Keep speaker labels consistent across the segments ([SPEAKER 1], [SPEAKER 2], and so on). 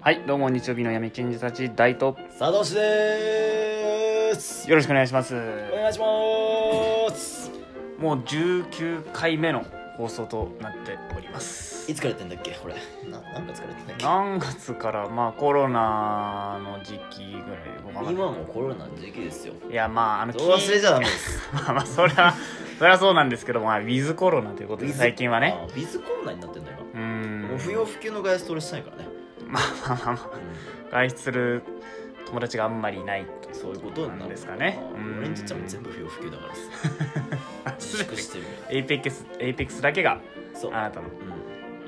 [SPEAKER 1] はい、どうも日曜日の闇金自殺大と
[SPEAKER 2] 佐藤氏でーす
[SPEAKER 1] よろしくお願いします。
[SPEAKER 2] お願いしまーす
[SPEAKER 1] もう19回目の放送となっております。
[SPEAKER 2] いつからやってんだっけこれな何月からやってんだっ
[SPEAKER 1] 何月からまあコロナの時期ぐらい僕わか
[SPEAKER 2] け
[SPEAKER 1] んない
[SPEAKER 2] 今もコロナの時期ですよ
[SPEAKER 1] いやまああの
[SPEAKER 2] そう忘れちゃダメで す
[SPEAKER 1] まあまあそりゃそりゃそうなんですけどまあウィズコロナということで最近はね
[SPEAKER 2] あウィズコロナになってんだよ
[SPEAKER 1] うー
[SPEAKER 2] 今
[SPEAKER 1] ん
[SPEAKER 2] もう不要不急の外出俺したいからね、
[SPEAKER 1] まあまあまあまあ外出する友達があんまりいないと
[SPEAKER 2] そういうことになる
[SPEAKER 1] なんですかね
[SPEAKER 2] あ
[SPEAKER 1] う
[SPEAKER 2] ー
[SPEAKER 1] ん
[SPEAKER 2] 俺にとっちゃもう全部不要不急だからさ自粛してる
[SPEAKER 1] エイペックスエイペックスだけが
[SPEAKER 2] そう
[SPEAKER 1] あなたの
[SPEAKER 2] う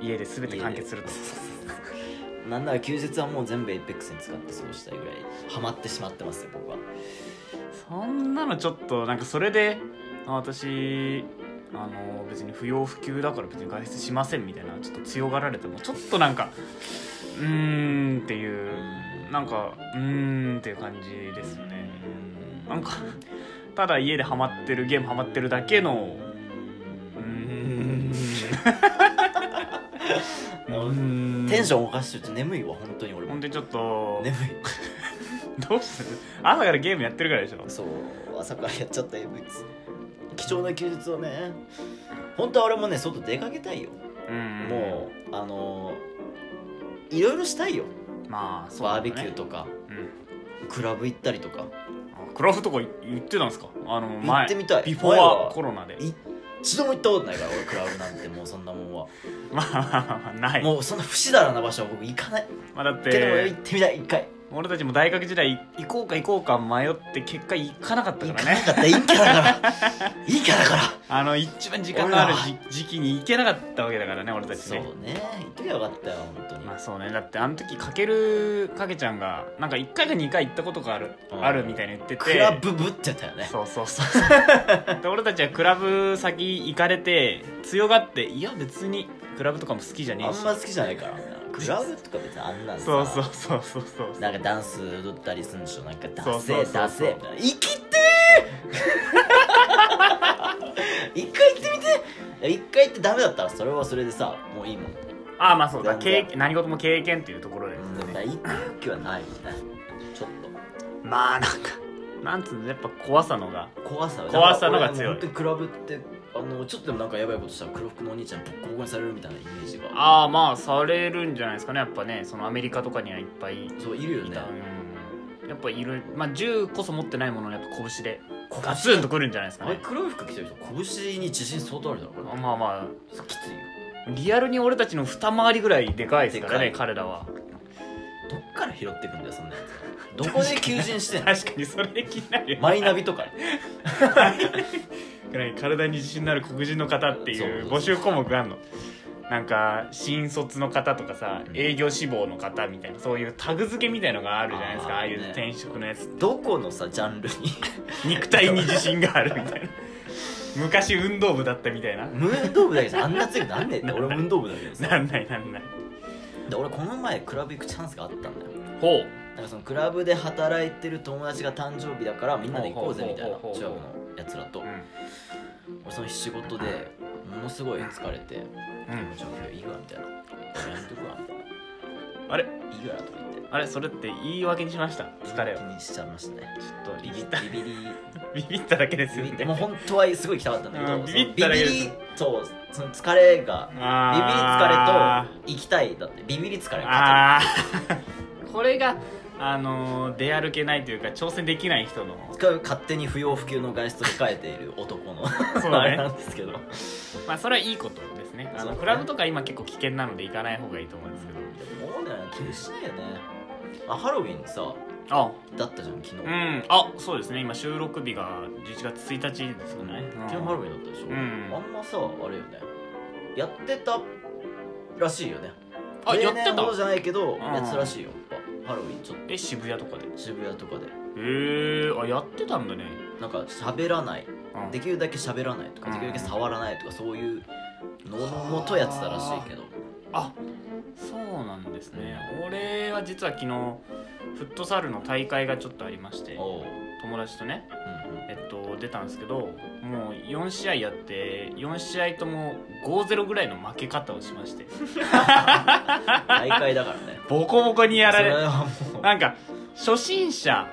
[SPEAKER 1] 家で全て完結すると
[SPEAKER 2] 家んなんなら休日はもう全部エイペックスに使って過ごしたいぐらいハマってしまってますよ僕は
[SPEAKER 1] そんなのちょっとなんかそれであ私あの別に不要不急だから別に外出しませんみたいなちょっと強がられてもちょっとなんかうーんっていうなんかうーんっていう感じですよねなんかただ家でハマってるゲームハマってるだけのうーんうーん
[SPEAKER 2] テンションおかしいちょっと眠いわ本当に 俺
[SPEAKER 1] ほ
[SPEAKER 2] も
[SPEAKER 1] ん
[SPEAKER 2] 眠
[SPEAKER 1] でちょっと
[SPEAKER 2] い
[SPEAKER 1] どうする朝からゲームやってるからでしょ
[SPEAKER 2] そう朝からやっちゃった AV 貴重な休日をね本当は俺もね外出かけたいよ、
[SPEAKER 1] うん
[SPEAKER 2] もうあのーいろいろしたいよ
[SPEAKER 1] うまあそうだ
[SPEAKER 2] バー
[SPEAKER 1] ね
[SPEAKER 2] ベキューとか
[SPEAKER 1] うん
[SPEAKER 2] クラブ行ったりとか
[SPEAKER 1] あクラフトコ行ってたんですかあの前
[SPEAKER 2] 行ってみたい
[SPEAKER 1] ビフォ
[SPEAKER 2] 前
[SPEAKER 1] ア
[SPEAKER 2] は
[SPEAKER 1] コロナで
[SPEAKER 2] 一度も行ったことないから俺クラブなんてもうそんなもん は、
[SPEAKER 1] まあまあまあ ない、
[SPEAKER 2] もうそんな不死だらな場所は僕行かない
[SPEAKER 1] まあ、だっ
[SPEAKER 2] けど
[SPEAKER 1] て
[SPEAKER 2] 俺行ってみたい一回
[SPEAKER 1] 俺たちも大学時代行こうか行こうか迷って結果行かなかった
[SPEAKER 2] 行
[SPEAKER 1] か
[SPEAKER 2] からな
[SPEAKER 1] ね
[SPEAKER 2] かったらいいキャラだからいいキャラだから
[SPEAKER 1] あの一番時間のある
[SPEAKER 2] 俺
[SPEAKER 1] じ時期に行けなかったわけだからね俺たち
[SPEAKER 2] そう
[SPEAKER 1] ね
[SPEAKER 2] ね行っときゃよかったよ本当に、
[SPEAKER 1] まあそうねだってあの時かけるかけちゃんがなんか1回か2回行ったことがある
[SPEAKER 2] うん
[SPEAKER 1] あるみたいに言ってて
[SPEAKER 2] クラブぶってたよね
[SPEAKER 1] そうそうそう で俺たちはクラブ先行かれて強がっていや別にクラブとかも好きじゃね
[SPEAKER 2] あ
[SPEAKER 1] えし
[SPEAKER 2] んま好きじゃないから クラブとか別にあんなんさ
[SPEAKER 1] そうそうそうそうそう
[SPEAKER 2] なんかダンス踊ったりするんでしょなんかダ
[SPEAKER 1] そう
[SPEAKER 2] セ
[SPEAKER 1] そうそう
[SPEAKER 2] ー
[SPEAKER 1] そう
[SPEAKER 2] ダセーみたいな生きてー 一回行ってみて一回行ってダメだったらそれはそれでさもういいもん、
[SPEAKER 1] ああまあそうだ
[SPEAKER 2] 全然
[SPEAKER 1] 経験何事も経験っていうところです
[SPEAKER 2] だ
[SPEAKER 1] よ
[SPEAKER 2] から
[SPEAKER 1] ね、
[SPEAKER 2] 行く勇気はないみたいなちょっ
[SPEAKER 1] まあなんかなんつうのやっぱ怖さのが
[SPEAKER 2] と怖さは
[SPEAKER 1] 怖さのが強い
[SPEAKER 2] だから俺もう本当にクラブってあのちょっとでもなんかやばいことしたら黒服のお兄ちゃんボッコボコにされるみたいなイメージが
[SPEAKER 1] ああまあされるんじゃないですかねやっぱねそのアメリカとかにはいっぱいい
[SPEAKER 2] そういるよね
[SPEAKER 1] た、うん、やっぱいるまあ銃こそ持ってないもののやっぱ拳でガツンとくるんじゃないですか
[SPEAKER 2] あれ
[SPEAKER 1] ね
[SPEAKER 2] 黒い服着てる人拳に自信相当あるだろこれ
[SPEAKER 1] まあま
[SPEAKER 2] きついよ
[SPEAKER 1] あリアルに俺たちの二回りぐらいでかいですからね
[SPEAKER 2] でかい
[SPEAKER 1] 彼らは
[SPEAKER 2] どっから拾ってくんだよそんなやつどこで求人してんの
[SPEAKER 1] 確かにそれで気になるよ
[SPEAKER 2] マイナビとか
[SPEAKER 1] くらい体に自信のある黒人の方っていう募集項目があるのなんか新卒の方とかさ、
[SPEAKER 2] うん
[SPEAKER 1] 営業志望の方みたいなそういうタグ付けみたいのがあるじゃないですかあ
[SPEAKER 2] あー
[SPEAKER 1] あいう
[SPEAKER 2] ね
[SPEAKER 1] 転職のやつ
[SPEAKER 2] どこのさジャンルに
[SPEAKER 1] 肉体に自信があるみ たいな昔運動部だったみたいな
[SPEAKER 2] 無運動部だけじゃあんな強くなんねえって俺も運動部だけど
[SPEAKER 1] な
[SPEAKER 2] さ
[SPEAKER 1] んないなんない
[SPEAKER 2] で俺この前クラブ行くチャンスがあったんだよ
[SPEAKER 1] ほう
[SPEAKER 2] なんかそのクラブで働いてる友達が誕生日だからみんなで行こうぜみたいな
[SPEAKER 1] ほうほうほうほう
[SPEAKER 2] 中学のやつらと
[SPEAKER 1] うん
[SPEAKER 2] 俺その日仕事でものすごい疲れて
[SPEAKER 1] うん
[SPEAKER 2] 「ちょいいわ」みたいな「やめとくわ」みたいな
[SPEAKER 1] あれ
[SPEAKER 2] 「いいわ」とか言って
[SPEAKER 1] あれそれって言い訳にしました疲れを
[SPEAKER 2] 気
[SPEAKER 1] ちょ
[SPEAKER 2] にしちゃいましたね
[SPEAKER 1] っと
[SPEAKER 2] ビ
[SPEAKER 1] ビビ
[SPEAKER 2] ビ
[SPEAKER 1] った
[SPEAKER 2] ビビリ
[SPEAKER 1] ビビっただけですよ
[SPEAKER 2] ビビ
[SPEAKER 1] ね
[SPEAKER 2] ってもう本当はすごい行きたかったんだけど、
[SPEAKER 1] うん
[SPEAKER 2] その
[SPEAKER 1] ビビっただけです
[SPEAKER 2] ビビりそうその疲れがビビり疲
[SPEAKER 1] あー
[SPEAKER 2] れと行きたいだってビビり疲れ が勝
[SPEAKER 1] あーこれがあのー出歩けないというか挑戦できない人の
[SPEAKER 2] 手に勝手に不要不急の外出を控えている男の
[SPEAKER 1] そう
[SPEAKER 2] あ
[SPEAKER 1] だ
[SPEAKER 2] れな
[SPEAKER 1] ね
[SPEAKER 2] んですけどいや
[SPEAKER 1] まあそれはいいことですねあ
[SPEAKER 2] そうだ
[SPEAKER 1] の
[SPEAKER 2] ね
[SPEAKER 1] クラブとか今結構危険なので行かない方がいいと思うんですけど
[SPEAKER 2] もうね気にしないよねあハロウィンさ
[SPEAKER 1] あ
[SPEAKER 2] だったじゃん昨日、
[SPEAKER 1] う
[SPEAKER 2] 昨
[SPEAKER 1] んあそうですね今収録日が11月1日ですよね、
[SPEAKER 2] 日ハロウィンだったでしょ、
[SPEAKER 1] うん
[SPEAKER 2] あんまさあれよねやってたらしいよね
[SPEAKER 1] あやっ
[SPEAKER 2] 例
[SPEAKER 1] て
[SPEAKER 2] 年ほ
[SPEAKER 1] た
[SPEAKER 2] どじゃないけど、
[SPEAKER 1] ん
[SPEAKER 2] やってたらしいよやっぱハロウィンちょっ
[SPEAKER 1] え渋谷とかでへ
[SPEAKER 2] と渋谷とかで
[SPEAKER 1] えあやってたんだね
[SPEAKER 2] なんか喋らない
[SPEAKER 1] うん
[SPEAKER 2] できるだけ喋らないとか
[SPEAKER 1] うん
[SPEAKER 2] できるだけ触らないとかそういうののもとやってたらしいけど
[SPEAKER 1] あそうなんですね俺は実は昨日フットサルの大会がちょっとありまして
[SPEAKER 2] おう、うん
[SPEAKER 1] 友達とねえっと、出たんですけどもうもう4試合やって4試合とも5-0ぐらいの負け方をしまして
[SPEAKER 2] 大会だからね
[SPEAKER 1] ボコボコ にやられ
[SPEAKER 2] それはもう
[SPEAKER 1] なんか初心者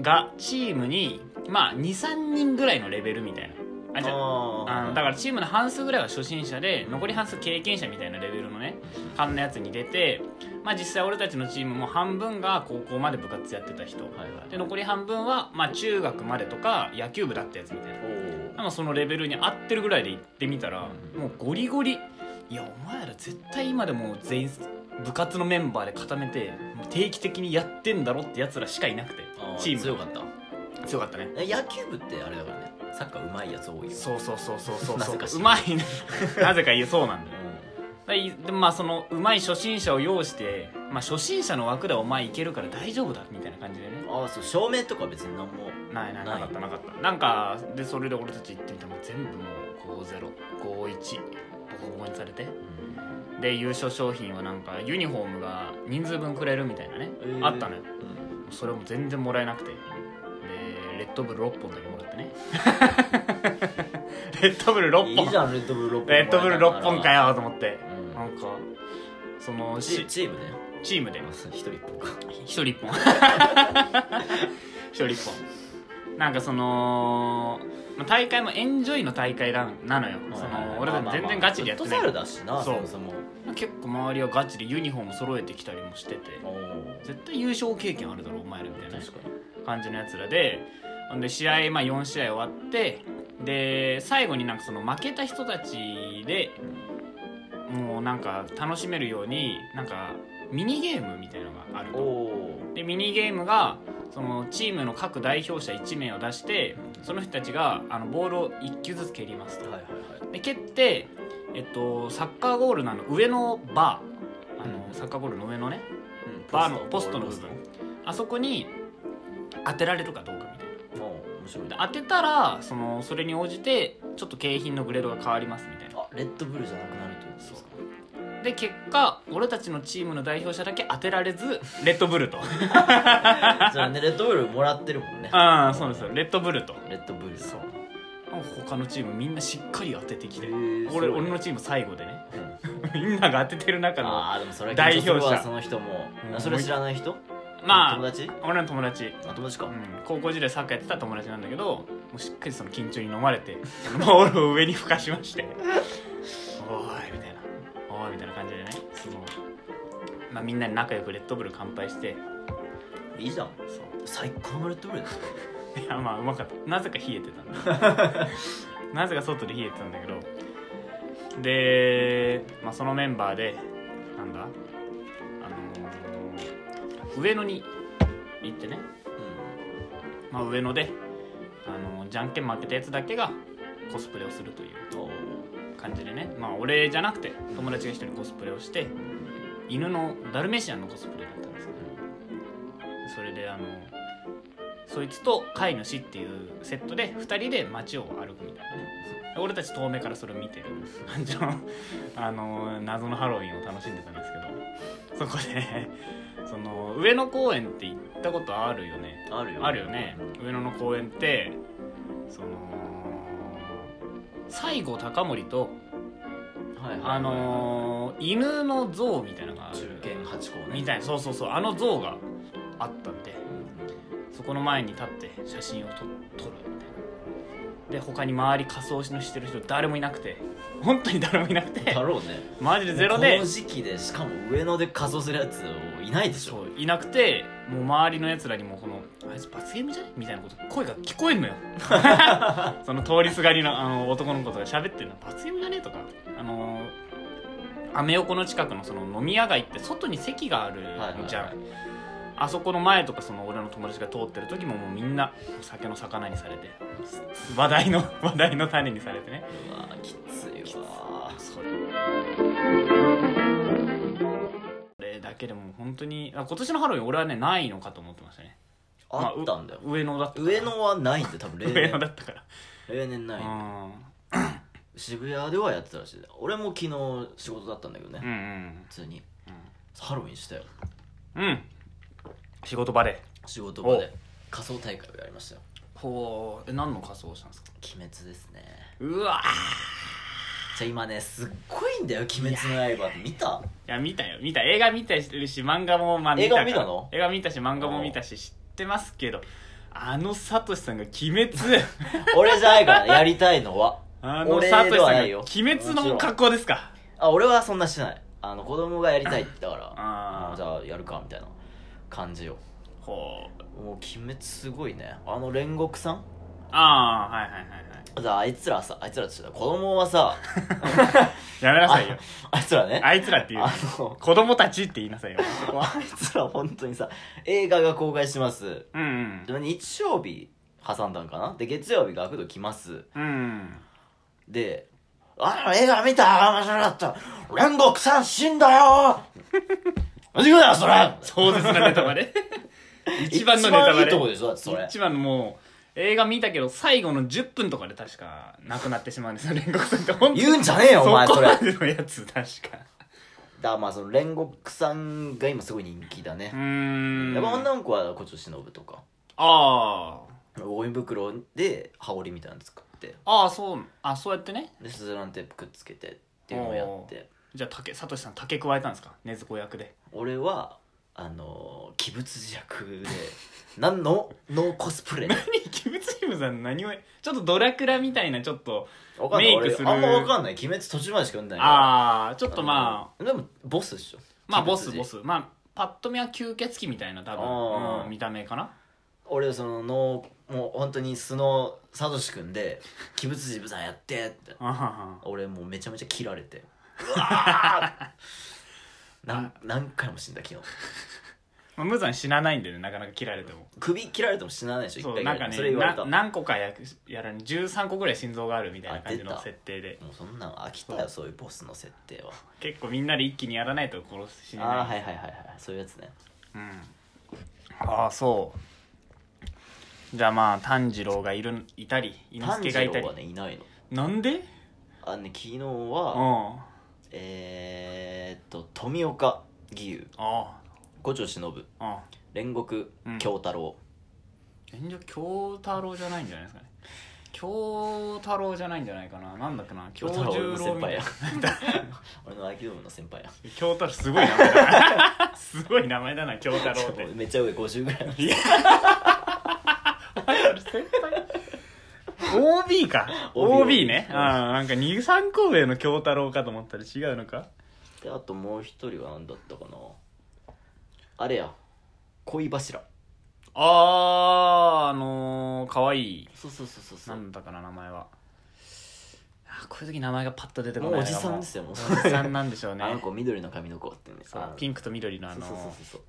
[SPEAKER 1] がチームにまあ23人ぐらいのレベルみたいなあじゃあ
[SPEAKER 2] あ
[SPEAKER 1] の
[SPEAKER 2] ー
[SPEAKER 1] だからチームの半数ぐらいは初心者で残り半数経験者みたいなレベルのね班のやつに出て、まあ、実際俺たちのチームも半分が高校まで部活やってた人
[SPEAKER 2] はいはい
[SPEAKER 1] で残り半分は、まあ、中学までとか野球部だったやつみたいな
[SPEAKER 2] おー
[SPEAKER 1] まあそのレベルに合ってるぐらいで行ってみたらもうゴリゴリいやお前ら絶対今でもう全員部活のメンバーで固めてもう定期的にやってんだろってやつらしかいなくて
[SPEAKER 2] あー
[SPEAKER 1] チーム
[SPEAKER 2] 強かった
[SPEAKER 1] 強かったね
[SPEAKER 2] え野球部ってあれだからねサッカーうまいやつ多いよ
[SPEAKER 1] そうそうそうそう そう
[SPEAKER 2] な
[SPEAKER 1] そ
[SPEAKER 2] ぜ
[SPEAKER 1] う
[SPEAKER 2] か知
[SPEAKER 1] う
[SPEAKER 2] ら
[SPEAKER 1] まいね なぜか言うそうなんだよ
[SPEAKER 2] う
[SPEAKER 1] だいでまあそのうまい初心者を要して、まあ、初心者の枠でお前いけるから大丈夫だみたいな感じでね
[SPEAKER 2] んああそう照明とか別に何も
[SPEAKER 1] ないない
[SPEAKER 2] ない
[SPEAKER 1] なかったなかったなんかでそれで俺たち行ってみたらもう全部もう5051ボコボコにされてで優勝賞品はなんかユニフォームが人数分くれるみたいなね、
[SPEAKER 2] えー
[SPEAKER 1] あったのよ
[SPEAKER 2] うん
[SPEAKER 1] それも全然もらえなくてでレッドブル6本だけもらって ねレッドブル6
[SPEAKER 2] いいじ
[SPEAKER 1] 本
[SPEAKER 2] ゃんレッドブル6本
[SPEAKER 1] レッドブル6本か
[SPEAKER 2] よ、
[SPEAKER 1] よと思って
[SPEAKER 2] うん
[SPEAKER 1] なんかその
[SPEAKER 2] チ
[SPEAKER 1] し
[SPEAKER 2] チームね
[SPEAKER 1] チームで
[SPEAKER 2] 一人一本か
[SPEAKER 1] 一人一 本一人一本なんかそのまあ大会もエンジョイの大会ななのよその俺たち全然ガチでやってな
[SPEAKER 2] フットサル
[SPEAKER 1] い
[SPEAKER 2] だしな
[SPEAKER 1] そう
[SPEAKER 2] そもそも
[SPEAKER 1] 結構周りはガチでユニフォーム揃えてきたりもしてて
[SPEAKER 2] おー
[SPEAKER 1] 絶対優勝経験あるだろお前らみたいな
[SPEAKER 2] 確かに
[SPEAKER 1] 感じのやつらでほんで試合、まあ、4試合終わってで最後になんかその負けた人たちでもうなんか楽しめるようになんかミニゲームみたいなのがある
[SPEAKER 2] お
[SPEAKER 1] と
[SPEAKER 2] お
[SPEAKER 1] でミニゲームがそのチームの各代表者1名を出してその人たちがあのボールを1球ずつ蹴ります
[SPEAKER 2] はい
[SPEAKER 1] と
[SPEAKER 2] はいはい
[SPEAKER 1] で蹴って、えっと、サッカーゴールのあの上のバーあ
[SPEAKER 2] う
[SPEAKER 1] の
[SPEAKER 2] ん
[SPEAKER 1] サッカーゴールの上のねバーのポストの部分あそこに当てられるかどうかみたいな
[SPEAKER 2] おー面白い
[SPEAKER 1] で
[SPEAKER 2] ね
[SPEAKER 1] 当てたらそのそれに応じてちょっと景品のグレードが変わりますみたいな
[SPEAKER 2] あレッドブルじゃなくなるってことですか
[SPEAKER 1] で結果俺たちのチームの代表者だけ当てられずレッドブルと
[SPEAKER 2] それねレッドブルもらってるもんね
[SPEAKER 1] ああ そうなんですよレッドブルと
[SPEAKER 2] レッドブルだ
[SPEAKER 1] そう他のチームみんなしっかり当ててきて
[SPEAKER 2] へー
[SPEAKER 1] 俺
[SPEAKER 2] すごい
[SPEAKER 1] 俺のチーム最後で ね
[SPEAKER 2] うん
[SPEAKER 1] みんなが当ててる中の
[SPEAKER 2] ああでもそれは
[SPEAKER 1] 代
[SPEAKER 2] 緊張
[SPEAKER 1] 表者
[SPEAKER 2] するわその人も
[SPEAKER 1] うん
[SPEAKER 2] あそれ知らない人
[SPEAKER 1] ま
[SPEAKER 2] 友
[SPEAKER 1] あ
[SPEAKER 2] 達
[SPEAKER 1] 俺の友達、
[SPEAKER 2] あ友達か
[SPEAKER 1] うん、高校時代サッカーやってた友達なんだけどもうしっかりその緊張に飲まれて ボールを上に吹かしまして「おーい」みたいな「おーい」みたいな感じでねその、まあ、みんなに仲良くレッドブル乾杯して
[SPEAKER 2] いいじゃん
[SPEAKER 1] そう
[SPEAKER 2] 最高のレッドブルだよ
[SPEAKER 1] いやまあうまかったなぜか冷えてたんだなぜか外で冷えてたんだけどで、まあ、そのメンバーでなんだあのー上野に行ってね、まあ、上野で、あのーじゃんけん負けたやつだけがコスプレをするという
[SPEAKER 2] おー
[SPEAKER 1] 感じでねまあ俺じゃなくて友達が一人コスプレをして犬のダルメシアンのコスプレだったんですけどそれであのそいつと飼い主っていうセットで2人で街を歩くみたいなね俺たち遠目からそれを見てる感じのあの謎のハロウィンを楽しんでたんですけどそこで、その上野公園って行ったことあるよね
[SPEAKER 2] あるよ
[SPEAKER 1] あるよね上野の公園ってその西郷隆盛と
[SPEAKER 2] はいはいはい
[SPEAKER 1] あのー犬の像みたいなのがある
[SPEAKER 2] 中堅八高ね
[SPEAKER 1] みたいなそうそうそうあの像があったんでそこの前に立って写真をと撮るみたいなで他に周り仮装しのしてる人誰もいなくて本当に誰もいなくて
[SPEAKER 2] だろうね
[SPEAKER 1] マジでゼロで
[SPEAKER 2] この時期でしかも上野で仮装するやついないでし
[SPEAKER 1] そ
[SPEAKER 2] ょ
[SPEAKER 1] ういなくてもう周りのやつらにもこの「あいつ罰ゲームじゃね?」みたいなこと声が聞こえん のよその通りすがりのあの男の子とか喋ってるの「罰ゲームじゃね?」とかあのアメ横の近くのその飲み屋街って外に席があるのじゃん、
[SPEAKER 2] はいはい
[SPEAKER 1] あそこの前とかその俺の友達が通ってる時ももうみんな酒の魚にされて話題の話題の種にされてね
[SPEAKER 2] うわーきついわ
[SPEAKER 1] それそれだけでも本当にあ今年のハロウィン俺はねないのかと思ってましたね
[SPEAKER 2] ーあったんだよ
[SPEAKER 1] まあう上野だった
[SPEAKER 2] 上野はないんで多分例
[SPEAKER 1] 上野
[SPEAKER 2] 年
[SPEAKER 1] だったから
[SPEAKER 2] 例年ない渋谷ではやってたらしい俺も昨日仕事だったんだけどね
[SPEAKER 1] うんうん
[SPEAKER 2] 普通にハロウィンしたよ
[SPEAKER 1] うんうん仕事場で
[SPEAKER 2] 仕事場で仮装大会をやりましたよ
[SPEAKER 1] ほうえ何の仮装をしたんですか
[SPEAKER 2] 鬼滅ですね
[SPEAKER 1] うわ
[SPEAKER 2] じゃあ今ねすっごいんだよ「鬼滅の刃」見た
[SPEAKER 1] いや見たよ見た映画見たりしてるし漫画もまあ
[SPEAKER 2] 映画
[SPEAKER 1] から
[SPEAKER 2] 見たの
[SPEAKER 1] 映画見たし漫画も見たし知ってますけどあのサトシさんが「鬼滅」
[SPEAKER 2] 俺じゃないからやりたいのは
[SPEAKER 1] あの
[SPEAKER 2] 俺
[SPEAKER 1] サトシ
[SPEAKER 2] で
[SPEAKER 1] さん
[SPEAKER 2] は
[SPEAKER 1] が
[SPEAKER 2] な
[SPEAKER 1] 「
[SPEAKER 2] いよ
[SPEAKER 1] 鬼滅」の格好ですか
[SPEAKER 2] あ俺はそんなしてないあの子供がやりたいって言ったから
[SPEAKER 1] あー
[SPEAKER 2] もうじゃあやるかみたいな感じよ
[SPEAKER 1] ほう
[SPEAKER 2] もう鬼滅すごいねあの煉獄さん
[SPEAKER 1] ああはいはいはいはい
[SPEAKER 2] だあいつらさあいつらって言ってた子供 はさ
[SPEAKER 1] やめなさいよ
[SPEAKER 2] ああいつらね
[SPEAKER 1] あいつらっていう
[SPEAKER 2] あの
[SPEAKER 1] 子供たちって言いなさいよそこは
[SPEAKER 2] あいつら本当にさ映画が公開します
[SPEAKER 1] うんうん
[SPEAKER 2] で日曜日挟んだんかなで月曜日学童来ます
[SPEAKER 1] うん
[SPEAKER 2] で「あ映画見た面白かった煉獄さん死んだよ! 」何言うなよそれ
[SPEAKER 1] 壮絶なネタバ レ一番のネタ
[SPEAKER 2] 一番
[SPEAKER 1] バ
[SPEAKER 2] いいとこ
[SPEAKER 1] レ
[SPEAKER 2] でしょだってそれ
[SPEAKER 1] 一番のもう映画見たけど最後の10分とかで確かなくなってしまうんですよ煉獄さんって本当に
[SPEAKER 2] 言うんじゃねえよお前
[SPEAKER 1] そ
[SPEAKER 2] そ
[SPEAKER 1] こ
[SPEAKER 2] れ
[SPEAKER 1] ま
[SPEAKER 2] だか
[SPEAKER 1] でのやつ確から
[SPEAKER 2] まあその煉獄さんが今すごい人気だ
[SPEAKER 1] う
[SPEAKER 2] ね、
[SPEAKER 1] ーん
[SPEAKER 2] やっぱ女の子は胡蝶忍とか
[SPEAKER 1] あー
[SPEAKER 2] ゴミ袋で羽織みたいなの作って
[SPEAKER 1] ああそうあそうやってね
[SPEAKER 2] でスズランテープくっつけてっていうのをやって
[SPEAKER 1] じゃあ竹聡さん竹加えたんですか禰豆子役で
[SPEAKER 2] 俺はあのー、鬼物弱で何 のノーコスプレで
[SPEAKER 1] 何鬼滅姫さん何をちょっとドラクラみたいなちょっと
[SPEAKER 2] わかんない
[SPEAKER 1] メイク
[SPEAKER 2] 俺
[SPEAKER 1] する
[SPEAKER 2] あんまわかんない鬼滅途中までしか読んでないから
[SPEAKER 1] ああちょっとまあ
[SPEAKER 2] あのでもボスでしょ
[SPEAKER 1] まあ
[SPEAKER 2] 鬼
[SPEAKER 1] ボ
[SPEAKER 2] 物
[SPEAKER 1] ス
[SPEAKER 2] 人
[SPEAKER 1] ボスまあパッと見は吸血鬼みたいな多
[SPEAKER 2] あ
[SPEAKER 1] 分
[SPEAKER 2] ー、
[SPEAKER 1] うん見た目かな
[SPEAKER 2] 俺そのノーもう本当に素のサトシ君で「鬼物人さんやって」って
[SPEAKER 1] あはは
[SPEAKER 2] 俺もうめちゃめちゃ切ら れてうわーなん何回も死んだ昨日
[SPEAKER 1] まあ無惨死なないんでねなかなか切られても
[SPEAKER 2] 首切られても死なないでしょ一
[SPEAKER 1] そ
[SPEAKER 2] 回
[SPEAKER 1] う
[SPEAKER 2] 切ら
[SPEAKER 1] なんか
[SPEAKER 2] れても
[SPEAKER 1] ね
[SPEAKER 2] それ言われた
[SPEAKER 1] な何個かややらに13個ぐらい心臓があるみたいな感じ
[SPEAKER 2] あ出
[SPEAKER 1] の
[SPEAKER 2] た
[SPEAKER 1] 設定で
[SPEAKER 2] もうそんなん飽きたよそういうボスの設定は
[SPEAKER 1] 結構みんなで一気にやらないと殺すしね
[SPEAKER 2] ああーはいはいはいはいそういうやつね
[SPEAKER 1] うん、ああそうじゃあまあ炭治郎がいるいたり猪
[SPEAKER 2] 炭治
[SPEAKER 1] 之助がいた
[SPEAKER 2] 郎
[SPEAKER 1] り
[SPEAKER 2] はねいないの
[SPEAKER 1] なんで
[SPEAKER 2] あのね昨日
[SPEAKER 1] うん
[SPEAKER 2] は
[SPEAKER 1] あ
[SPEAKER 2] えー、っと富岡義勇
[SPEAKER 1] あ
[SPEAKER 2] 五条忍
[SPEAKER 1] ああ
[SPEAKER 2] 煉獄
[SPEAKER 1] うん
[SPEAKER 2] 京太郎、
[SPEAKER 1] 炎上京太郎じゃないんじゃないですかね京太郎じゃないんじゃないかななんだっけな京
[SPEAKER 2] 京太郎
[SPEAKER 1] 十
[SPEAKER 2] の
[SPEAKER 1] 郎
[SPEAKER 2] 先
[SPEAKER 1] みた
[SPEAKER 2] 輩
[SPEAKER 1] い
[SPEAKER 2] や
[SPEAKER 1] な
[SPEAKER 2] 俺の秋ドームの先輩や
[SPEAKER 1] 京太郎すごい名前だなすごい名前だな京太郎って
[SPEAKER 2] めっちゃ上50ぐらいの
[SPEAKER 1] いや先輩 OB か
[SPEAKER 2] OB
[SPEAKER 1] OB ねうんなんか23個上の京太郎かと思ったら違うのか
[SPEAKER 2] であともう一人は何だったかなあれや恋柱
[SPEAKER 1] あーあのー、かわいい
[SPEAKER 2] そうそうそうそうそ
[SPEAKER 1] な
[SPEAKER 2] うん
[SPEAKER 1] だかな名前はあーこういう時名前がパッと出てこ
[SPEAKER 2] もう
[SPEAKER 1] ない
[SPEAKER 2] おじさんですよもう
[SPEAKER 1] おじさんなんでしょうね
[SPEAKER 2] あの子緑の髪の子ってね
[SPEAKER 1] そう
[SPEAKER 2] あ
[SPEAKER 1] ピンクと緑のあ
[SPEAKER 2] そう
[SPEAKER 1] の
[SPEAKER 2] そうそうそう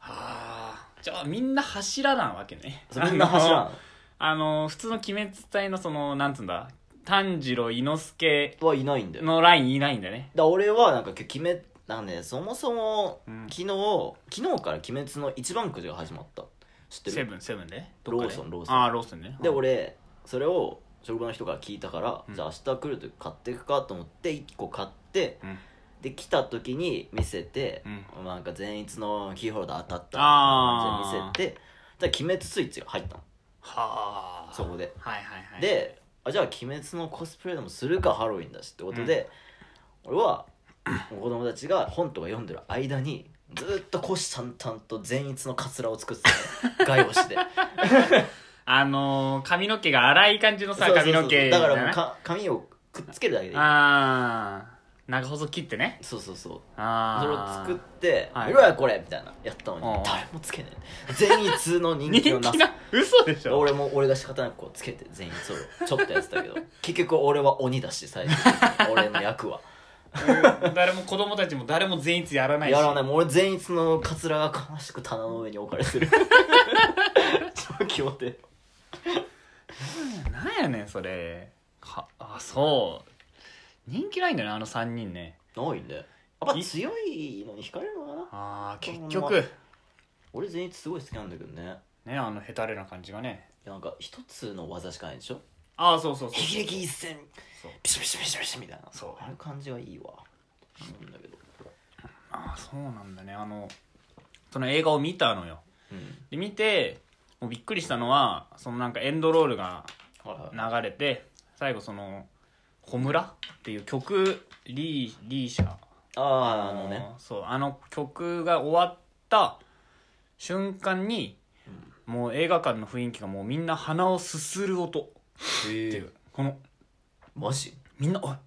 [SPEAKER 1] あーじゃあみんな柱なわけね
[SPEAKER 2] そうみんな柱
[SPEAKER 1] あの
[SPEAKER 2] なの
[SPEAKER 1] ーあのー普通の鬼滅隊のそのなんつうんだ炭治郎猪之助
[SPEAKER 2] はいないんだよ
[SPEAKER 1] のラインいないんだね
[SPEAKER 2] だ俺はなんか決めなんでそもそも
[SPEAKER 1] うん
[SPEAKER 2] 昨日昨日から「鬼滅」の一番くじが始まった知って
[SPEAKER 1] セ
[SPEAKER 2] る
[SPEAKER 1] ブンセブンで
[SPEAKER 2] ローソンローソン
[SPEAKER 1] ああーローソンね
[SPEAKER 2] で
[SPEAKER 1] うん
[SPEAKER 2] 俺それを職場の人から聞いたから、
[SPEAKER 1] うん
[SPEAKER 2] じゃあ明日来る時買っていくかと思って1個買って
[SPEAKER 1] うん
[SPEAKER 2] で来た時に見せて、なんか前日のキーホルダー当たった
[SPEAKER 1] あー
[SPEAKER 2] みたいな感じで見せてじゃあ鬼滅スイッチが入ったの
[SPEAKER 1] はあ
[SPEAKER 2] そこで
[SPEAKER 1] はいはいはい
[SPEAKER 2] であじゃあ「鬼滅」のコスプレでもするかハロウィンだしってことで、俺は子供たちが本とか読んでる間にずーっと虎視眈々と善逸のカツラを作ってた の画用紙で
[SPEAKER 1] あのー、髪の毛が荒い感じのさ
[SPEAKER 2] そうそうそ
[SPEAKER 1] 髪
[SPEAKER 2] う
[SPEAKER 1] の毛
[SPEAKER 2] だからも
[SPEAKER 1] な
[SPEAKER 2] うか髪をくっつけるだけでいい
[SPEAKER 1] ああ長細切ってね
[SPEAKER 2] そうそうそう
[SPEAKER 1] ああ
[SPEAKER 2] それを作って
[SPEAKER 1] は
[SPEAKER 2] 「
[SPEAKER 1] いう
[SPEAKER 2] わこれ!」みたいなやったのに
[SPEAKER 1] うん
[SPEAKER 2] 誰もつけねえ善逸の人
[SPEAKER 1] 人
[SPEAKER 2] 気
[SPEAKER 1] 気
[SPEAKER 2] のなさ
[SPEAKER 1] な嘘でしょ
[SPEAKER 2] 俺も俺が仕方なくこうつけて全員それをちょっとやってたけど結局俺は鬼だし最初俺の役は
[SPEAKER 1] 誰も子供たちも誰も全員やらないし
[SPEAKER 2] やらないもう俺善逸のカツラが悲しく棚の上に置かれてる超気持ち
[SPEAKER 1] なんやねんそれはあそう人気ないんだよねあの3人ね
[SPEAKER 2] ないんでやっぱ強いのに惹かれるのかな
[SPEAKER 1] ああ結
[SPEAKER 2] ほん
[SPEAKER 1] 局
[SPEAKER 2] 俺善逸すごい好きなんだけどねいや
[SPEAKER 1] ねあのヘタレな感じがね
[SPEAKER 2] なんか一つの技しかないでしょ
[SPEAKER 1] ああそうそうそう
[SPEAKER 2] 霹靂一閃
[SPEAKER 1] そう
[SPEAKER 2] ビシビシビシビシみたいな
[SPEAKER 1] そう
[SPEAKER 2] あの感じがいいわなんだけど
[SPEAKER 1] ああそうなんだねあのその映画を見たのよ
[SPEAKER 2] うん
[SPEAKER 1] で見てもうびっくりしたのはそのなんかエンドロールが
[SPEAKER 2] はいは
[SPEAKER 1] 流
[SPEAKER 2] い
[SPEAKER 1] れて最後その「ホムラ」っていう曲リーリーシャ
[SPEAKER 2] あああのね
[SPEAKER 1] そうあの曲が終わった瞬間に、もう映画館の雰囲気がもうみんな鼻をすする音
[SPEAKER 2] へ
[SPEAKER 1] っていう、この
[SPEAKER 2] マジ
[SPEAKER 1] みんな「おい泣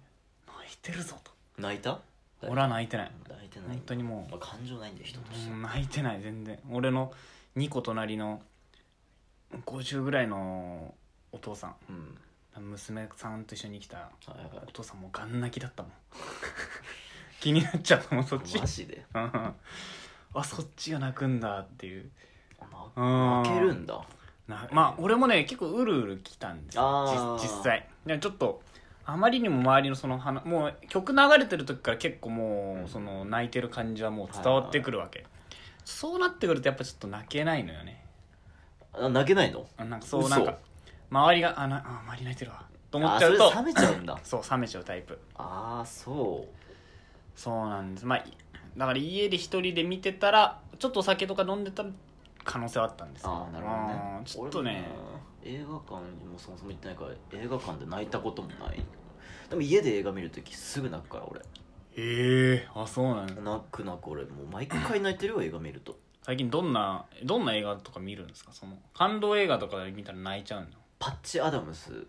[SPEAKER 1] いてるぞ」と
[SPEAKER 2] 泣いた
[SPEAKER 1] 「俺は泣いてない
[SPEAKER 2] 泣いてない
[SPEAKER 1] 本当にも
[SPEAKER 2] まあ、感情ないんだよ人と
[SPEAKER 1] う
[SPEAKER 2] して
[SPEAKER 1] もう泣いてない全然俺の2個隣の50ぐらいのお父さん
[SPEAKER 2] うん
[SPEAKER 1] 娘さんと一緒に来た
[SPEAKER 2] はいは
[SPEAKER 1] お父さんもうガン泣きだったも ん気になっちゃったもんそっち
[SPEAKER 2] いマジで
[SPEAKER 1] うんうんあそっちが泣くんだっていう
[SPEAKER 2] あ
[SPEAKER 1] うん
[SPEAKER 2] 泣けるんだ
[SPEAKER 1] なまあ俺もね結構うるうるきたんです
[SPEAKER 2] あ
[SPEAKER 1] よ
[SPEAKER 2] ー
[SPEAKER 1] 実実際でちょっとあまりにも周りのその花もう曲流れてる時から結構も
[SPEAKER 2] うん
[SPEAKER 1] うその泣いてる感じはもう伝わってくるわけ、そうなってくるとやっぱちょっと泣けないのよね
[SPEAKER 2] あ泣けないの
[SPEAKER 1] あなんかそう
[SPEAKER 2] 嘘
[SPEAKER 1] なんか周りがあなあ周り泣いてるわと思っ
[SPEAKER 2] あ
[SPEAKER 1] ちゃ
[SPEAKER 2] それ
[SPEAKER 1] う
[SPEAKER 2] で
[SPEAKER 1] と
[SPEAKER 2] 冷めちゃうんだ
[SPEAKER 1] そう冷めちゃうタイプ
[SPEAKER 2] ああそう
[SPEAKER 1] そうなんですまあいだから家で一人で見てたらちょっとお酒とか飲んでたら可能性はあったんですよ
[SPEAKER 2] ああなるほど
[SPEAKER 1] あー
[SPEAKER 2] ね
[SPEAKER 1] ちょっとね
[SPEAKER 2] 俺もな映画館にもそもそも行ってないから映画館で泣いたこともないでも家で映画見るときすぐ泣くから俺
[SPEAKER 1] へえあそうなんだ
[SPEAKER 2] 泣く泣く俺もう毎回泣いてるよ映画見ると
[SPEAKER 1] 最近どんなどんな映画とか見るんですかその感動映画とかで見たら泣いちゃうの
[SPEAKER 2] パッチ・アダムス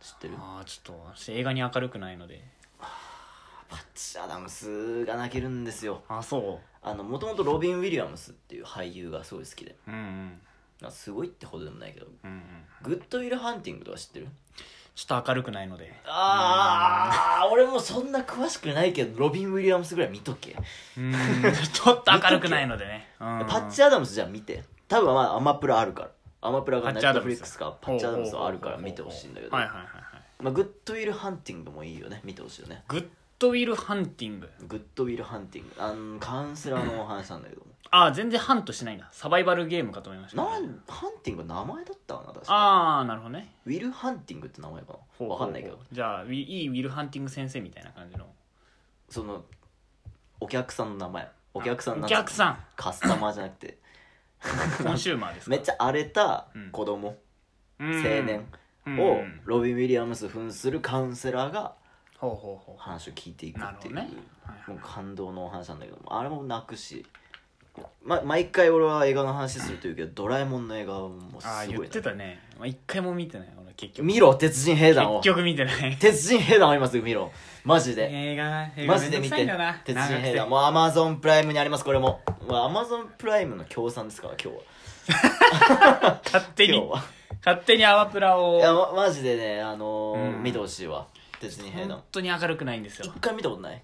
[SPEAKER 2] 知ってる
[SPEAKER 1] ああちょっと私映画に明るくないので
[SPEAKER 2] パッチ・アダムスが泣けるんですよ
[SPEAKER 1] あそ
[SPEAKER 2] あのもともとロビン・ウィリアムスっていう俳優がすごい好きで
[SPEAKER 1] ううんうん
[SPEAKER 2] まあすごいってほどでもないけど
[SPEAKER 1] うんうん
[SPEAKER 2] グッドウィル・ハンティングとか知ってる
[SPEAKER 1] ちょっと明るくないので
[SPEAKER 2] ああ俺もそんな詳しくないけどロビン・ウィリアムスぐらい見とけ
[SPEAKER 1] うーんちょっと明るくないのでねうん
[SPEAKER 2] パッチ・アダムスじゃあ見て多分まあアマプラあるからアマプラが
[SPEAKER 1] パ
[SPEAKER 2] ネ
[SPEAKER 1] ッチ
[SPEAKER 2] ッ
[SPEAKER 1] ア
[SPEAKER 2] ト
[SPEAKER 1] ダ
[SPEAKER 2] フ
[SPEAKER 1] ム
[SPEAKER 2] リ
[SPEAKER 1] ス
[SPEAKER 2] ックスかパッチ・アダムスはあるから見てほしいんだけど、
[SPEAKER 1] はいはいはいはい
[SPEAKER 2] まあ、グッドウィル・ハンティングもいいよね見てほしいよね
[SPEAKER 1] グッドウィルハンティング
[SPEAKER 2] グッドウィル・ハンティングあのカウンセラーのお話なんだけども
[SPEAKER 1] ああ全然ハンとしないんだサバイバルゲームかと思いました
[SPEAKER 2] なんハンティングは名前だったかな確か
[SPEAKER 1] ああなるほどね
[SPEAKER 2] ウィル・ハンティングって名前かな分かんないけど
[SPEAKER 1] じゃあウィいいウィル・ハンティング先生みたいな感じの
[SPEAKER 2] そのお客さんの名前お客さん
[SPEAKER 1] お
[SPEAKER 2] の名前
[SPEAKER 1] 客さん
[SPEAKER 2] カスタマーじゃなくて
[SPEAKER 1] コンシューマーですか
[SPEAKER 2] めっちゃ荒れた子供、
[SPEAKER 1] 青
[SPEAKER 2] 青年をロビン・ウィリアムス扮するカウンセラーが
[SPEAKER 1] ほうほうほ
[SPEAKER 2] 話を聞いていうく
[SPEAKER 1] な
[SPEAKER 2] っ
[SPEAKER 1] るほ
[SPEAKER 2] ていう
[SPEAKER 1] どねはいはい
[SPEAKER 2] もう感動のお話なんだけどもあれも泣くし、ま、毎回俺は映画の話するというけど「ドラえもん」の映画はもうす
[SPEAKER 1] ああ
[SPEAKER 2] ご
[SPEAKER 1] 言っ
[SPEAKER 2] いな
[SPEAKER 1] てたねまあ一回も見てない俺結局
[SPEAKER 2] 見ろ鉄人兵団を
[SPEAKER 1] 結局見てない
[SPEAKER 2] 鉄人兵団を今すぐ見ろマジで
[SPEAKER 1] 映画映画
[SPEAKER 2] マジで見
[SPEAKER 1] め
[SPEAKER 2] て
[SPEAKER 1] んどくさいんだよな
[SPEAKER 2] 鉄人兵
[SPEAKER 1] 長
[SPEAKER 2] 団
[SPEAKER 1] くて
[SPEAKER 2] もうアマゾンプライムにありますこれもアマゾンプライムの協賛ですから今日は
[SPEAKER 1] 勝手
[SPEAKER 2] 今日
[SPEAKER 1] に
[SPEAKER 2] は
[SPEAKER 1] 勝手にアワプラ
[SPEAKER 2] いや
[SPEAKER 1] を
[SPEAKER 2] まマジでねあのー
[SPEAKER 1] うん
[SPEAKER 2] 見てほしいわ鉄人兵団
[SPEAKER 1] 本当に明るくないんです
[SPEAKER 2] 一
[SPEAKER 1] よ
[SPEAKER 2] 回見たことない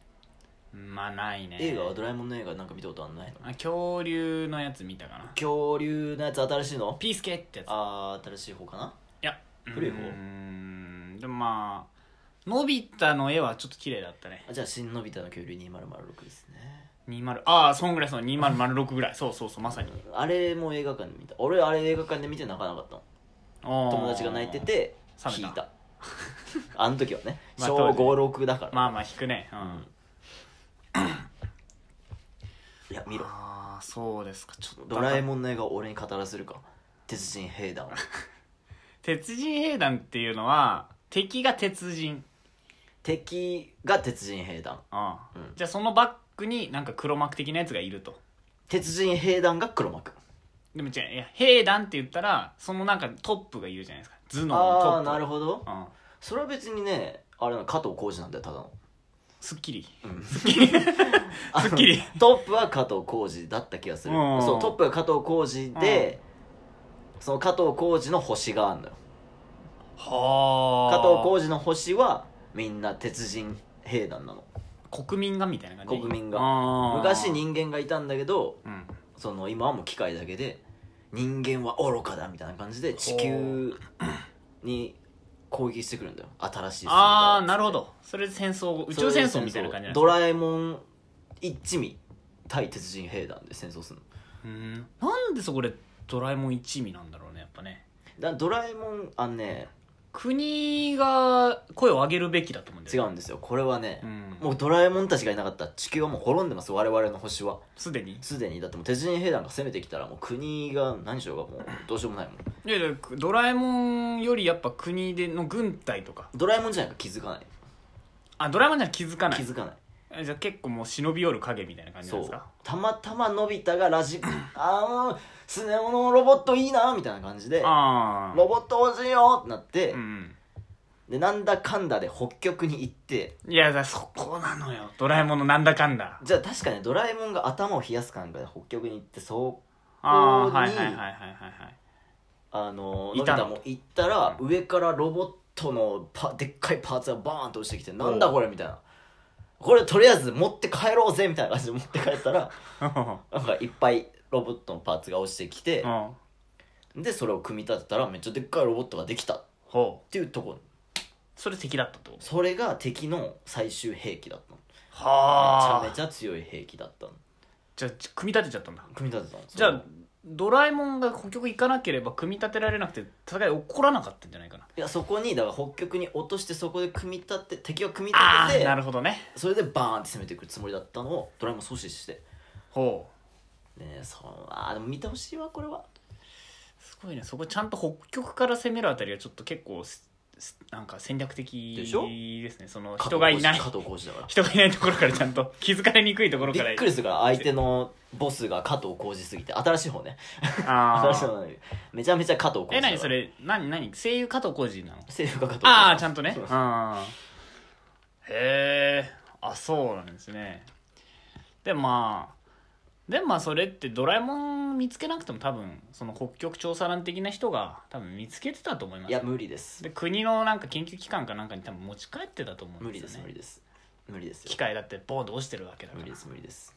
[SPEAKER 1] まあないね
[SPEAKER 2] 映画はドラえもんの映画なんか見たことあんないの
[SPEAKER 1] あ恐竜のやつ見たかな
[SPEAKER 2] 恐竜のやつ新しいの
[SPEAKER 1] ピースケってやつ
[SPEAKER 2] あー新しい方かない
[SPEAKER 1] や
[SPEAKER 2] 古い方
[SPEAKER 1] うーんでもまあのび太の絵はちょっと綺麗だったね
[SPEAKER 2] あじゃあ新のび太の恐竜2006ですね
[SPEAKER 1] 20ああそんぐらいその2006ぐらいそうそうそうまさに
[SPEAKER 2] あれも映画館で見た俺あれ映画館で見て泣かなかったの
[SPEAKER 1] 友
[SPEAKER 2] 友達が泣いてて
[SPEAKER 1] 冷めた
[SPEAKER 2] 引いた あの時はね
[SPEAKER 1] まあ
[SPEAKER 2] 小
[SPEAKER 1] 当時ね
[SPEAKER 2] 56だから、
[SPEAKER 1] まあまあ引くねうん
[SPEAKER 2] いや見ろ
[SPEAKER 1] ああそうですかちょっと
[SPEAKER 2] ドラえもんの映画を俺に語らせるか鉄人兵団を
[SPEAKER 1] 鉄人兵団っていうのは敵が鉄人
[SPEAKER 2] 敵が鉄人兵団
[SPEAKER 1] ああ、
[SPEAKER 2] うん
[SPEAKER 1] じゃあそのバックになんか黒幕的なやつがいると
[SPEAKER 2] 鉄人兵団が黒幕
[SPEAKER 1] でも違ういや兵団って言ったらそのなんかトップがいるじゃないですか頭脳のトッ
[SPEAKER 2] ああ
[SPEAKER 1] プ
[SPEAKER 2] なるほど
[SPEAKER 1] ど、うん、
[SPEAKER 2] それは別にねあれなの加藤浩次なんだよただの
[SPEAKER 1] すっきり
[SPEAKER 2] うん
[SPEAKER 1] すっきりすっきり
[SPEAKER 2] トップは加藤浩次だった気がする
[SPEAKER 1] うん
[SPEAKER 2] そうトップは加藤浩次でその加藤浩次の星があるのよ
[SPEAKER 1] は
[SPEAKER 2] 加藤浩次の星はみんな鉄人兵団なの
[SPEAKER 1] 国民がみたいな感じ
[SPEAKER 2] 国民が
[SPEAKER 1] ああ
[SPEAKER 2] 昔人間がいたんだけど
[SPEAKER 1] うん
[SPEAKER 2] その今はもう機械だけで人間は愚かだみたいな感じで地球に攻撃してくるんだよ新しい
[SPEAKER 1] ああなるほどそれで戦争宇宙戦争みたいな感じなんです
[SPEAKER 2] ド
[SPEAKER 1] か
[SPEAKER 2] ラえもん一味対鉄人兵団で戦争するの
[SPEAKER 1] うんなんでそこでドラえもん一味なんだろうねやっぱね
[SPEAKER 2] だドラえもんあのね
[SPEAKER 1] 国が声を上げるべきだと思うんだ
[SPEAKER 2] 違
[SPEAKER 1] よ、
[SPEAKER 2] うんですよこれはね
[SPEAKER 1] う、ん、
[SPEAKER 2] もうドラえもんたちがいなかったら地球はもう滅んでます我々の星は
[SPEAKER 1] すでに
[SPEAKER 2] すでにだってもう鉄人兵団が攻めてきたらもう国が何しようがもうどうしようもないもん
[SPEAKER 1] いやいやドラえもんよりやっぱ国での軍隊とか
[SPEAKER 2] ドラえもんじゃないか気づかない
[SPEAKER 1] あドラえもんなら気づかな
[SPEAKER 2] 気
[SPEAKER 1] い
[SPEAKER 2] づかない
[SPEAKER 1] えじゃあ結構もう忍び寄る影みたいな感じな
[SPEAKER 2] そ
[SPEAKER 1] んです
[SPEAKER 2] う
[SPEAKER 1] か
[SPEAKER 2] たまたまのび太が ラジあのスネ夫のロボットいいなみたいな感じで
[SPEAKER 1] ああ
[SPEAKER 2] ロボット欲しいよってなって、
[SPEAKER 1] うん
[SPEAKER 2] でなんだかんだで北極に行って
[SPEAKER 1] いやだからそこなのよドラえもんのなんだかんだ
[SPEAKER 2] じゃあ確かねドラえもんが頭を冷やす感覚で北極に行ってそう
[SPEAKER 1] ああ
[SPEAKER 2] ここ
[SPEAKER 1] はい
[SPEAKER 2] に
[SPEAKER 1] はいはいはいはい
[SPEAKER 2] あののび
[SPEAKER 1] いた
[SPEAKER 2] 太
[SPEAKER 1] の
[SPEAKER 2] も行ったら上からロボットのパでっかいパーツがバーンと落ちてきてなんだこれみたいなこれとりあえず持って帰ろうぜみたいな感じで持って帰っ たら
[SPEAKER 1] はい
[SPEAKER 2] なんかいっぱいロボットのパーツが落ちてきて
[SPEAKER 1] うん
[SPEAKER 2] でそれを組み立てたらめっちゃでっかいロボットができたっ
[SPEAKER 1] ほう
[SPEAKER 2] ていうところ
[SPEAKER 1] それ敵だったってこと
[SPEAKER 2] それが敵の最終兵器だったの
[SPEAKER 1] は
[SPEAKER 2] めちゃめちゃ強い兵器だったの
[SPEAKER 1] じゃあ組み立てちゃったんだ
[SPEAKER 2] 組み立てたの
[SPEAKER 1] じゃあドラえもんが北極行かなければ組み立てられなくて互い怒らなかったんじゃないかない
[SPEAKER 2] やそこにだから北極に落としてそこで組み立て敵を組み
[SPEAKER 1] あ
[SPEAKER 2] 立
[SPEAKER 1] あ
[SPEAKER 2] て
[SPEAKER 1] な
[SPEAKER 2] て
[SPEAKER 1] るほどね
[SPEAKER 2] それでバーンって攻めてくるつもりだったのをドラえもん阻止して
[SPEAKER 1] ほう
[SPEAKER 2] でねそうあーでも見てほしいわこれは
[SPEAKER 1] すごいねそこちゃんと北極から攻めるあたりはちょっと結構すすなんか戦略的
[SPEAKER 2] でしょ
[SPEAKER 1] ですねその人がいない
[SPEAKER 2] 加藤浩次だから
[SPEAKER 1] 人がいないところからちゃんと気づかれにくいところ
[SPEAKER 2] び
[SPEAKER 1] から
[SPEAKER 2] っくりするから相手のボスが加藤浩次すぎて新しい方ね
[SPEAKER 1] あ
[SPEAKER 2] 新しい方
[SPEAKER 1] あ
[SPEAKER 2] なのにめちゃめちゃ加藤浩次
[SPEAKER 1] え
[SPEAKER 2] だから
[SPEAKER 1] 何それ何何声優加藤浩次なの
[SPEAKER 2] 声優が加藤浩次
[SPEAKER 1] ああちゃんとね
[SPEAKER 2] そう
[SPEAKER 1] あーへえあそうなんですねでまあでもまあそれってドラえもん見つけなくても多分その北極調査団的な人が多分見つけてたと思います
[SPEAKER 2] いや無理です
[SPEAKER 1] で国のなんか研究機関かなんかに多分持ち帰ってたと思うん
[SPEAKER 2] 無
[SPEAKER 1] で
[SPEAKER 2] 理
[SPEAKER 1] す
[SPEAKER 2] で
[SPEAKER 1] よね
[SPEAKER 2] す無理です無理ですよ
[SPEAKER 1] 機械だってボーンと落ちてるわけだか
[SPEAKER 2] 無
[SPEAKER 1] ら
[SPEAKER 2] 理で
[SPEAKER 1] です
[SPEAKER 2] 無理です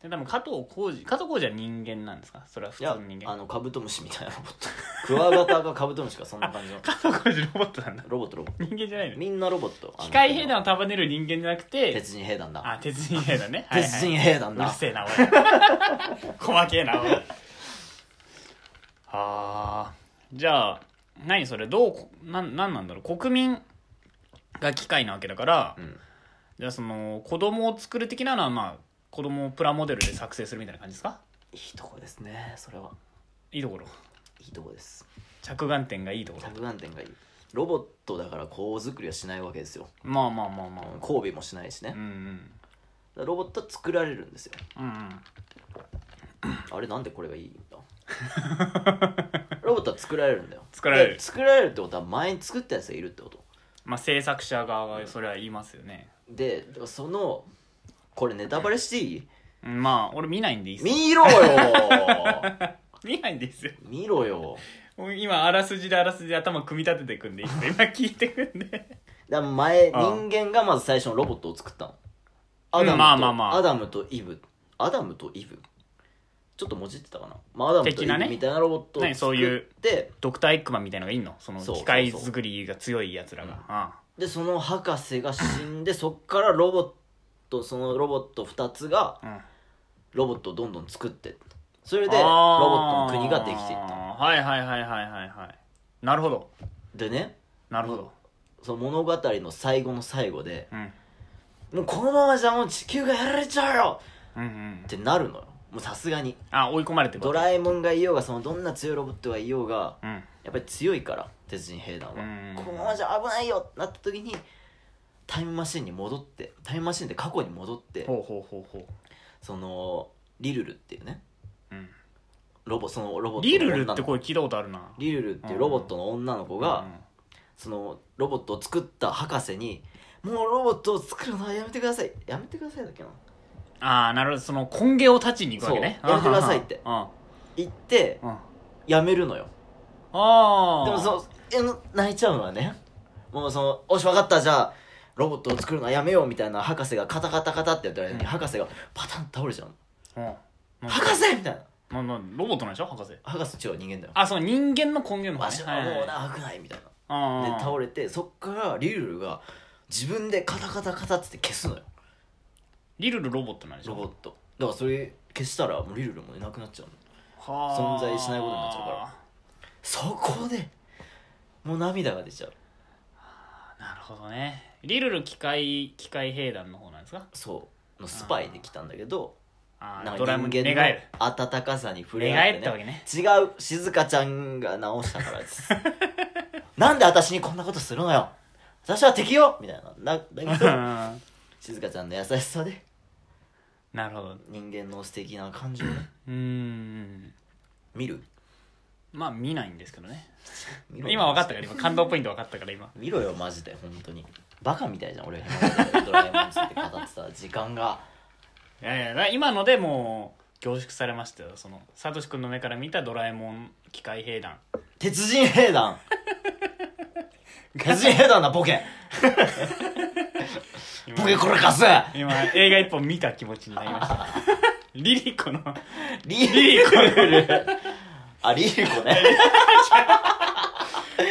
[SPEAKER 1] 多分加藤浩次加藤浩次は人間なんですかそれは普
[SPEAKER 2] い
[SPEAKER 1] 通の
[SPEAKER 2] や
[SPEAKER 1] 人
[SPEAKER 2] あ
[SPEAKER 1] 間
[SPEAKER 2] のカブトムシみたいなロボット クワガタがカブトムシかそんな感 じの
[SPEAKER 1] 加藤浩次ロボットなんだ
[SPEAKER 2] ロボットロボット
[SPEAKER 1] 人間じゃないの
[SPEAKER 2] みんなロボットあの
[SPEAKER 1] 機械兵団を束ねる人間じゃなくて
[SPEAKER 2] 鉄人兵団だ
[SPEAKER 1] あ鉄人兵団ねはいはい
[SPEAKER 2] 鉄人兵団
[SPEAKER 1] うる
[SPEAKER 2] だ
[SPEAKER 1] せえなおい 細けえなおいあーじゃあ何それどうこなんなんなんだろう国民が機械なわけだから、
[SPEAKER 2] うん
[SPEAKER 1] じゃあその子供を作る的なのはまあ子供をプラモデルで作成するみたいな感じですか
[SPEAKER 2] いいとこですねそれはい
[SPEAKER 1] いところ
[SPEAKER 2] いいとこです
[SPEAKER 1] 着眼点がいいところ
[SPEAKER 2] 着眼点がいいロボットだから子作りはしないわけですよ
[SPEAKER 1] まあまあまあまあ
[SPEAKER 2] 交尾もしないしね
[SPEAKER 1] うんうん
[SPEAKER 2] だからロボットは作られるんですよ
[SPEAKER 1] うんうん
[SPEAKER 2] あれなんでこれがいいん だロボットは作られるんだよ
[SPEAKER 1] 作られる
[SPEAKER 2] で作られるってことは前に作ったやつがいるってこと
[SPEAKER 1] まあ制作者側がそれは言いますよね、
[SPEAKER 2] でそのこれネタバレしていい
[SPEAKER 1] うん、まあ俺見ないんでいいっすよ
[SPEAKER 2] 見 ろよ
[SPEAKER 1] 見ないんでいいっすよ
[SPEAKER 2] 見ろよ
[SPEAKER 1] もう今あらすじであらすじで頭組み立てていくんでいいっす よ今聞いてくんで
[SPEAKER 2] だから前
[SPEAKER 1] ああ
[SPEAKER 2] 人間がまず最初のロボットを作った
[SPEAKER 1] う
[SPEAKER 2] の
[SPEAKER 1] ん
[SPEAKER 2] アダムと、
[SPEAKER 1] まあまあまあ
[SPEAKER 2] アダムとイブアダムとイブちょっともじってたかな、まあ、アダムとイ
[SPEAKER 1] 的な
[SPEAKER 2] ブ
[SPEAKER 1] ね
[SPEAKER 2] みたいなロボットを作って、
[SPEAKER 1] 何そういう
[SPEAKER 2] で
[SPEAKER 1] ドクターエッグマンみたいなのがいんのその
[SPEAKER 2] そう
[SPEAKER 1] 機械作りが強いやつらが
[SPEAKER 2] そう
[SPEAKER 1] あ
[SPEAKER 2] その博士が死ん でそっからロボットそのロボット2つが
[SPEAKER 1] あうん
[SPEAKER 2] ロボットをどんどん作ってったそれ
[SPEAKER 1] そ
[SPEAKER 2] でロボットの国ができていった
[SPEAKER 1] はいはいはいはいはいはいなるほど
[SPEAKER 2] でね
[SPEAKER 1] なるほど
[SPEAKER 2] その物語の最後の最後で
[SPEAKER 1] うん
[SPEAKER 2] もうこのままじゃもう地球がやられちゃうよ
[SPEAKER 1] うんうん
[SPEAKER 2] ってなるのよもうさすがに
[SPEAKER 1] あ追い込まれてる
[SPEAKER 2] ドラえもんがいようがそのどんな強いロボットがいようが
[SPEAKER 1] うん
[SPEAKER 2] やっぱり強いから鉄人兵団は
[SPEAKER 1] うん
[SPEAKER 2] このままじゃ危ないよってなった時にタイムマシンに戻ってタイムマシンで過去に戻って
[SPEAKER 1] ほうほうほうほ
[SPEAKER 2] そのリルルっていうね
[SPEAKER 1] ううん
[SPEAKER 2] ロボそのロボットの
[SPEAKER 1] リ
[SPEAKER 2] 女
[SPEAKER 1] ルル
[SPEAKER 2] の子
[SPEAKER 1] って声聞いたことあるな
[SPEAKER 2] リルルっていうロボットの女の子が、そのロボットを作った博士に「もうロボットを作るのはやめてくださいやめてください」だっけな
[SPEAKER 1] うんああなるほどその根源を断ちに行くわけね
[SPEAKER 2] そうやめてくださいって
[SPEAKER 1] うんうん
[SPEAKER 2] 言って
[SPEAKER 1] うん
[SPEAKER 2] やめるのよ
[SPEAKER 1] ああ
[SPEAKER 2] でもそのえの泣いちゃうのはねもうその「おし分かったじゃあロボットを作るのはやめよう」みたいな博士がカタカタカタってやったら、
[SPEAKER 1] うん
[SPEAKER 2] 博士がパタンって倒れちゃうの
[SPEAKER 1] うん
[SPEAKER 2] 「
[SPEAKER 1] なんか
[SPEAKER 2] 博士!」みたいな
[SPEAKER 1] まあまあロボットなんでしょ博士
[SPEAKER 2] 博士違う人間だよ
[SPEAKER 1] あその人間の根源の
[SPEAKER 2] わ
[SPEAKER 1] 方
[SPEAKER 2] し
[SPEAKER 1] ね
[SPEAKER 2] はもう
[SPEAKER 1] いい
[SPEAKER 2] 長くないみたいな
[SPEAKER 1] あー
[SPEAKER 2] で倒れてそっからリルルが自分でカタカタカタって消すのよ
[SPEAKER 1] リルルロボットなんでしょ
[SPEAKER 2] ロボットだからそれ消したらもうリルルもいなくなっちゃうの
[SPEAKER 1] はー
[SPEAKER 2] 存在しないことになっちゃうからそこでもう涙が出ちゃう
[SPEAKER 1] なるほどねリルル機械機械兵団の方なんですか
[SPEAKER 2] そうのスパイで来たんだけど
[SPEAKER 1] あ
[SPEAKER 2] な
[SPEAKER 1] あ
[SPEAKER 2] ん
[SPEAKER 1] ド
[SPEAKER 2] か
[SPEAKER 1] ラム
[SPEAKER 2] 人
[SPEAKER 1] 寝
[SPEAKER 2] 間
[SPEAKER 1] 返る
[SPEAKER 2] の温かさに触
[SPEAKER 1] 寝
[SPEAKER 2] れ合
[SPEAKER 1] 返
[SPEAKER 2] っ
[SPEAKER 1] った
[SPEAKER 2] て
[SPEAKER 1] わ
[SPEAKER 2] ね
[SPEAKER 1] けね
[SPEAKER 2] 違う静香ちゃんが直したからです なんで私にこんなことするのよ私は敵よみたいなな だけど静香ちゃんの優しさで
[SPEAKER 1] なるほどう
[SPEAKER 2] 人間の素敵な感情を ね
[SPEAKER 1] ーん
[SPEAKER 2] 見る
[SPEAKER 1] まあ見ないんですけどね
[SPEAKER 2] 見ろよ
[SPEAKER 1] 今分かったから今感動ポイント分かったから今
[SPEAKER 2] 見ろよマジで本当にバカみたいじゃん俺がドラえもんについて語ってた時 間が
[SPEAKER 1] いやいやだから今のでもう凝縮されましたよそのサトシ君の目から見たドラえもん機械兵団
[SPEAKER 2] 鉄人兵団 鉄人兵団だボケボケこれかす
[SPEAKER 1] 今映画一本見た気持ちになりました リリコの
[SPEAKER 2] リ
[SPEAKER 1] リコ
[SPEAKER 2] ルあリリコね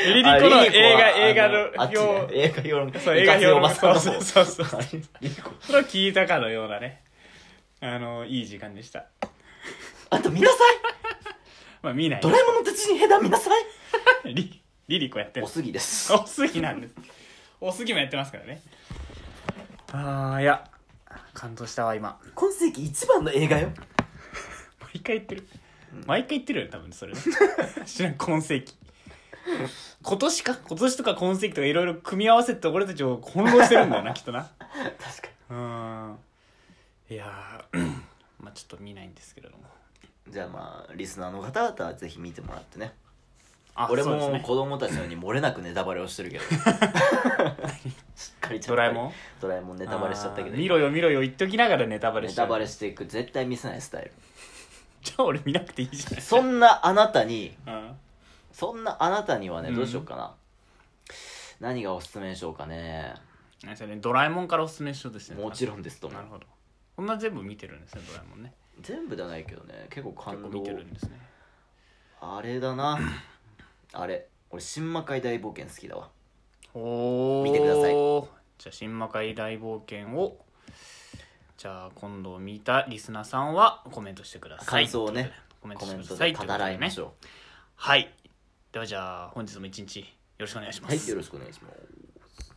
[SPEAKER 1] リリコの映画映画の
[SPEAKER 2] あっちね
[SPEAKER 1] 表
[SPEAKER 2] 映画評論家
[SPEAKER 1] そう映画評論
[SPEAKER 2] いかついおばさんの方
[SPEAKER 1] そうそうそ
[SPEAKER 2] リリコ
[SPEAKER 1] それを聞いたかのようなねあのいい時間でした
[SPEAKER 2] あんた見なさい
[SPEAKER 1] まあ見ない
[SPEAKER 2] ドラえもんの鉄人兵団見なさい
[SPEAKER 1] リリリコやってる
[SPEAKER 2] おすぎです
[SPEAKER 1] おすぎ なんですおすぎもやってますからねああいや感動したわ今
[SPEAKER 2] 今世紀一番の映画よ
[SPEAKER 1] 毎回言ってる毎回言ってるよね多分そ れね知らん今世紀今年か今年とか今世紀とかいろいろ組み合わせて俺たちを翻弄してるんだよ なきっとな
[SPEAKER 2] 確か
[SPEAKER 1] うんいやーまあちょっと見ないんですけれども
[SPEAKER 2] にじゃあまあリスナーの方々はぜひ見てもらってね
[SPEAKER 1] あ
[SPEAKER 2] 俺
[SPEAKER 1] そうです
[SPEAKER 2] も
[SPEAKER 1] ね
[SPEAKER 2] 子供たちのように漏れなくネタバレをし てるけどしっかりちゃんと
[SPEAKER 1] ドラえもん
[SPEAKER 2] ドラえもんネタバレしちゃったけ
[SPEAKER 1] あ
[SPEAKER 2] ど
[SPEAKER 1] ー見ろよ見ろよ言っときながらネタバレ
[SPEAKER 2] ネ
[SPEAKER 1] しちゃ
[SPEAKER 2] タ
[SPEAKER 1] う
[SPEAKER 2] バレしていく絶対見せないスタイル
[SPEAKER 1] じゃあ俺見なくていいじゃない
[SPEAKER 2] そんなあなたに
[SPEAKER 1] うん
[SPEAKER 2] そんなあなたにはね
[SPEAKER 1] うん
[SPEAKER 2] どうしようかな、何がおすすめでしょうかね
[SPEAKER 1] 何それドラえもんからおすすめしようとしてる
[SPEAKER 2] もちろんですと思
[SPEAKER 1] なる
[SPEAKER 2] う
[SPEAKER 1] ほどこんな全部見てるんですねドラえもんね
[SPEAKER 2] 全部ではないけどね結構
[SPEAKER 1] 結構
[SPEAKER 2] 感
[SPEAKER 1] 見
[SPEAKER 2] 動
[SPEAKER 1] てるんですね
[SPEAKER 2] あれだなあれ俺新魔界大冒険好きだわ
[SPEAKER 1] おお
[SPEAKER 2] 見てください
[SPEAKER 1] じゃあ新魔界大冒険をじゃあ今度見たリスナーさんはコメントしてください
[SPEAKER 2] 感想をね
[SPEAKER 1] コメント
[SPEAKER 2] コ
[SPEAKER 1] して
[SPEAKER 2] メン
[SPEAKER 1] くだ
[SPEAKER 2] ト
[SPEAKER 1] さ
[SPEAKER 2] で
[SPEAKER 1] い
[SPEAKER 2] 語らいまし
[SPEAKER 1] というこ
[SPEAKER 2] ょ
[SPEAKER 1] とでねはいではじゃあ本日も一日よろしくお願いし
[SPEAKER 2] う
[SPEAKER 1] ま
[SPEAKER 2] は
[SPEAKER 1] す
[SPEAKER 2] いよろしくお願いします